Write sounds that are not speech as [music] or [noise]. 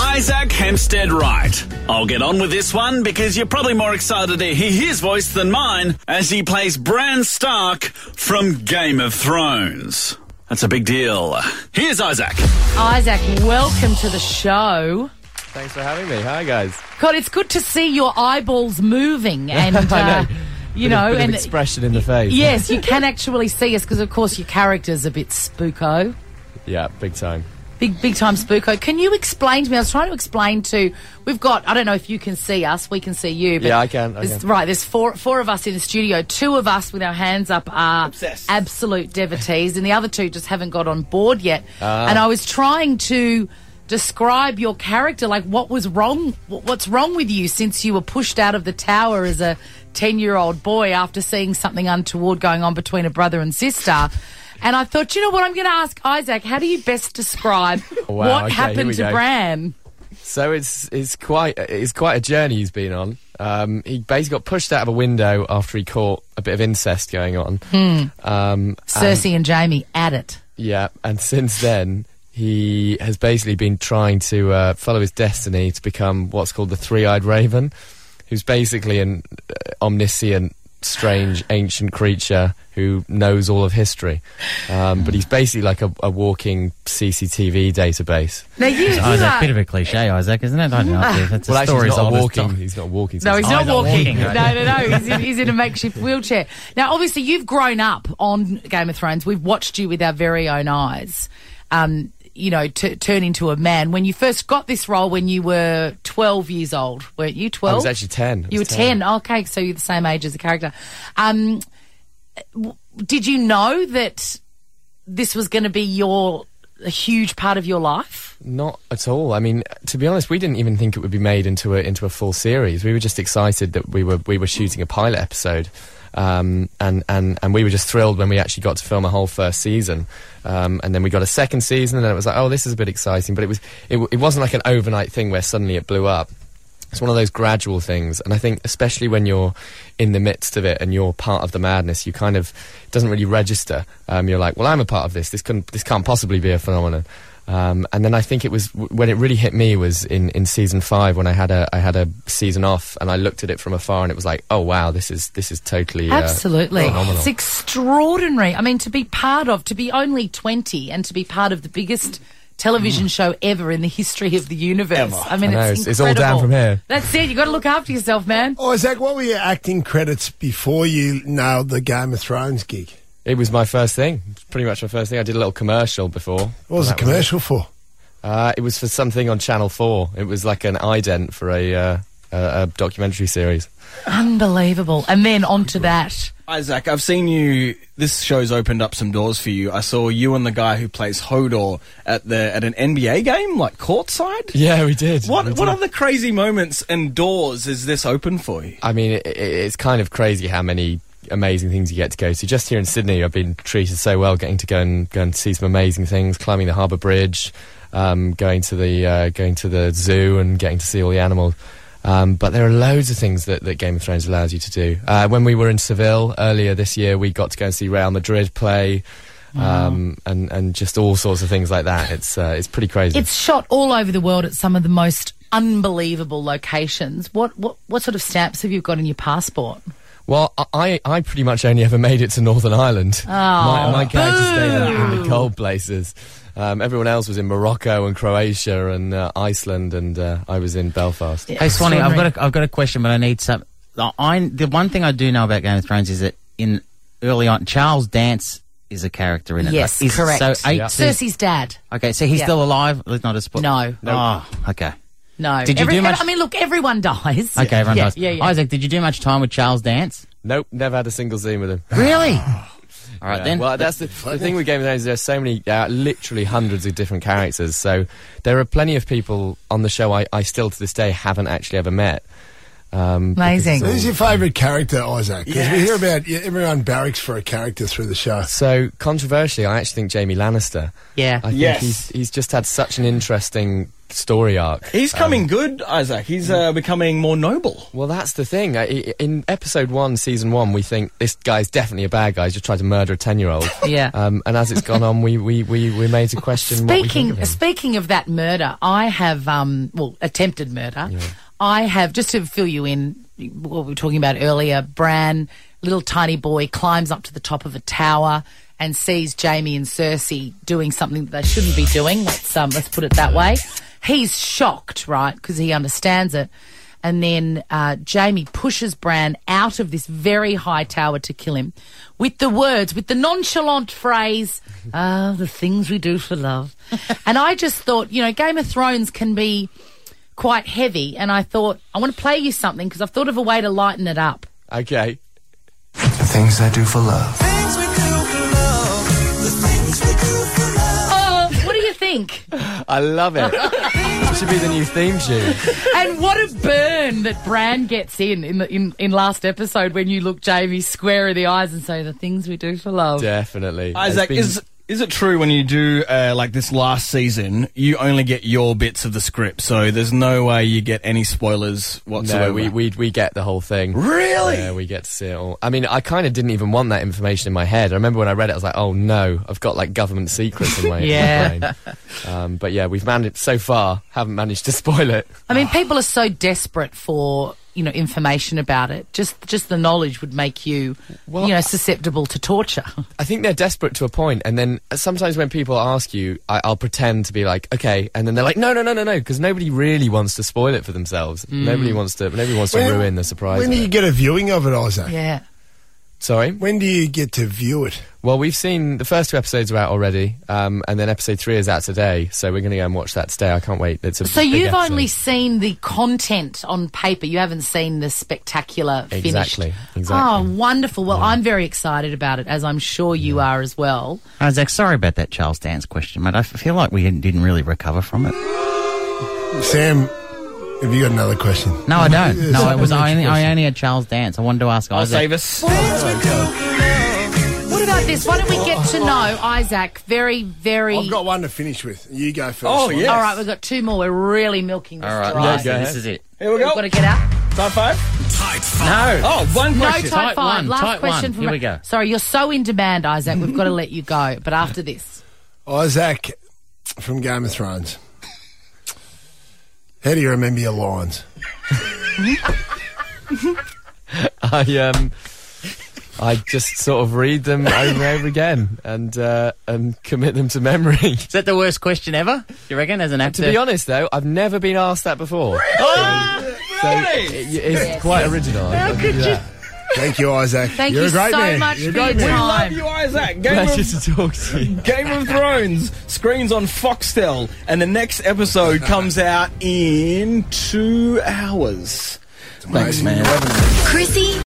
Isaac Hempstead Wright. I'll get on with this one because you're probably more excited to hear his voice than mine as he plays Bran Stark from Game of Thrones. That's a big deal. Here's Isaac. Isaac, welcome to the show. Thanks for having me. Hi, guys. God, it's good to see your eyeballs [laughs] moving and. I Uh, know. You Bit of- know, bit of and expression in the face. yes, you can actually see us because, of course, your character's a bit spooko, Yeah, big time. big, big time spooko. Can you explain to me? I was trying to explain to. We've got. I don't know if you can see us. We can see you. But Yeah, I can, I there's- can. Right, there's four four of us in the studio. Two of us with our hands up are Obsessed. absolute devotees, and the other two just haven't got on board yet. Ah. And I was trying to describe your character, like what was wrong, wh- what's wrong with you since you were pushed out of the tower as a ten year old boy after seeing something untoward going on between a brother and sister. And I thought, you know what, I'm going to ask Isaac, how do you best describe Wow, what okay, here happened we to go. Um, Bran? So it's it's quite it's quite a journey he's been on. Um, he basically got pushed out of a window after he caught a bit of incest going on. Hmm. Um, Cersei and Jamie at it. yeah, and since then he has basically been trying to uh, follow his destiny to become what's called the three-eyed raven, who's basically an uh, omniscient, strange, ancient creature who knows all of history. Um, but he's basically like a, a walking CCTV database. Now you, you Isaac, are- bit of Oh, a cliche, Isaac, isn't it? I don't know. if It's a Well, actually, story he's as not old a as walking. time. He's not a walking. No, he's Oh, not he's not walking. walking, no, right. no, no. He's in, he's in a makeshift wheelchair. Now, obviously, you've grown up on Game of Thrones. We've watched you with our very own eyes, um, you know, t- turn into a man. When you first got this role, when you were 12 years old, weren't you? 12? I was actually 10. I You were was 10. Okay, so you're the same age as the character. Um, w- did you know that this was going to be your a huge part of your life? Not at all. I mean, to be honest, we didn't even think it would be made into a into a full series. We were just excited that we were we were shooting a pilot episode, um, and and and we were just thrilled when we actually got to film a whole first season, um, and then we got a second season, and then it was like, oh, this is a bit exciting. But it was it, w- it wasn't like an overnight thing where suddenly it blew up. It's one of those gradual things, and I think especially when you're in the midst of it and you're part of the madness, you kind of it doesn't really register. Um, you're like, well, I'm a part of this. This can this can't possibly be a phenomenon. Um, and then I think it was w- when it really hit me was in, in season five when I had a I had a season off and I looked at it from afar and it was like, oh wow, this is this is totally uh, Absolutely. phenomenal. It's extraordinary. I mean, to be part of, to be only 20 and to be part of the biggest television show ever in the history of the universe. I mean, I know, it's, it's- it's all down incredible. from here. That's it. You've got to look after yourself, man. Isaac, Oh, what were your acting credits before you nailed the Game of Thrones gig? It was my first thing, pretty much my first thing. I did a little commercial before. What was the That it. commercial for? Uh, it was for something on Channel Four. It was like an ident for a uh, a, a documentary series. Unbelievable. And then onto that. Isaac, I've seen you. This show's opened up some doors for you. I saw you and the guy who plays Hodor at the at an NBA game, like courtside. Yeah, we did. What what other crazy moments and doors is this open for you? I mean, it, it, it's kind of crazy how many amazing things you get to go to. Just here in Sydney, I've been treated so well, getting to go and go and see some amazing things, climbing the Harbour Bridge, um, going to the uh, going to the zoo, and getting to see all the animals. Um, but there are loads of things that, that Game of Thrones allows you to do. Uh, when we were in Seville earlier this year, we got to go and see Real Madrid play, um, and and just all sorts of things like that. It's uh, it's pretty crazy. It's shot all over the world at some of the most unbelievable locations. What, what, what sort of stamps have you got in your passport? Well, I, I I pretty much only ever made it to Northern Ireland. my my character stayed in really cold places. Um, everyone else was in Morocco and Croatia and uh, Iceland, and uh, I was in Belfast. Hey, Swanee, I've Extraordinary. got a, I've got a question, but I need some. I, I- the one thing I do know about Game of Thrones is that in early on, Charles Dance is a character in it. Yes, Is- correct. So eight. Yeah. se- Cersei's dad. Okay, so he's Yeah. still alive. It's not a spoiler. No. Oh, okay. No. Did you Every- do much- I mean, look, everyone dies. Okay, everyone yeah, dies. Yeah, yeah. Isaac, did you do much time with Charles Dance? Nope, never had a single scene with him. Really? All right Yeah, then. Well, that's the, the thing with Game of Thrones. There's so many, uh, literally hundreds of different characters. So there are plenty of people on the show I, I still to this day haven't actually ever met. Um, because Amazing. it's all- Who's your favourite character, Isaac? Because we Yes. hear about yeah, everyone barracks for a character through the show. So controversially, I actually think Jamie Lannister. Yeah. I think Yes. he's he's just had such an interesting story arc. He's coming good, Isaac. He's uh, becoming more noble. Well, that's the thing. I- I- In episode one, season one, we think this guy's definitely a bad guy. He's just tried to murder a ten-year-old. [laughs] Yeah. Um, and as it's gone on, we we we we made to question. what we think Speaking of him. speaking of that murder, I have um well attempted murder. I have just to fill you in what we were talking about earlier. Bran, little tiny boy, climbs up to the top of a tower and sees Jamie and Cersei doing something that they shouldn't be doing. Let's um let's put it that way. He's shocked, right? Because he understands it. And then uh, Jamie pushes Bran out of this very high tower to kill him with the words, with the nonchalant phrase, [laughs] ah, the things we do for love. [laughs] and I just thought, you know, Game of Thrones can be quite heavy. And I thought, I want to play you something because I've thought of a way to lighten it up. okay. Things I do for love. things we do for love, the things we do for love. Oh, [laughs] what do you think? I love it. That should be the new theme tune. And what a burn that Bran gets in in, the, in in last episode when you look Jamie square in the eyes and say, the things we do for love. Definitely. Isaac, It's been- is is it true when you do uh, like this last season, you only get your bits of the script, so there's no way you get any spoilers whatsoever. No, we, we we get the whole thing. Really? Yeah, we get to see it all. I mean, I kind of didn't even want that information in my head. I remember when I read it, I was like, "Oh no, I've got like government secrets in my Yeah. my brain." Um, but yeah, we've managed so far. Haven't managed to spoil it. I mean, people are so desperate for you know information about it. Just just the knowledge would make you Well, you know susceptible to torture. I think they're desperate to a point, and then sometimes when people ask you, I, I'll pretend to be like, "Okay," and then they're like, "No, no, no, no, no," because nobody really wants to spoil it for themselves. Nobody wants to. Nobody wants to When- ruin the surprise. When of do you it. get a viewing of it, Isaac? yeah. Sorry. When do you get to view it? Well, we've seen the first two episodes are out already, um, and then episode three is out today. So we're going to go and watch that today. I can't wait. It's a So big you've episode. only seen the content on paper. You haven't seen the spectacular finished. Exactly, exactly. Oh, wonderful. Well, I'm very excited about it, as I'm sure you are as well. Isaac, sorry about that Charles Dance question, mate. I f- feel like we didn't- didn't really recover from it. Sam, have you got another question? No, I don't. No, Yeah, it was yeah, I only, I question. only had Charles Dance. I wanted to ask Oh, I'll Isaac. save us. Oh, What about this? Why don't we get to know Isaac? Very, very. I've got one to finish with. You go first. Oh, yeah. All right, we've got two more. We're really milking this. All right, dry. nice. go this ahead. is it. Here we go. We've got to get out. Time five. Tight five. No. Oh, one No, question. type five. Type one, Last type question one. from Here we go. Sorry, you're so in demand, Isaac. We've got to let you go. But after this, Isaac from Game of Thrones. How do you remember your lines? [laughs] I um, I just sort of read them over and over again and uh, and commit them to memory. [laughs] Is that the worst question ever? You reckon as an actor? to be honest, though, I've never been asked that before. So it- it's quite original. How could [laughs] you? Thank you, Isaac. thank You're you a great so man. much You're a for your great man. uh, Love time. you, Isaac. Game Pleasure of, to talk to you. Game of Thrones screens on Foxtel, and the next episode comes out in two hours. Thanks, man. Chrissy,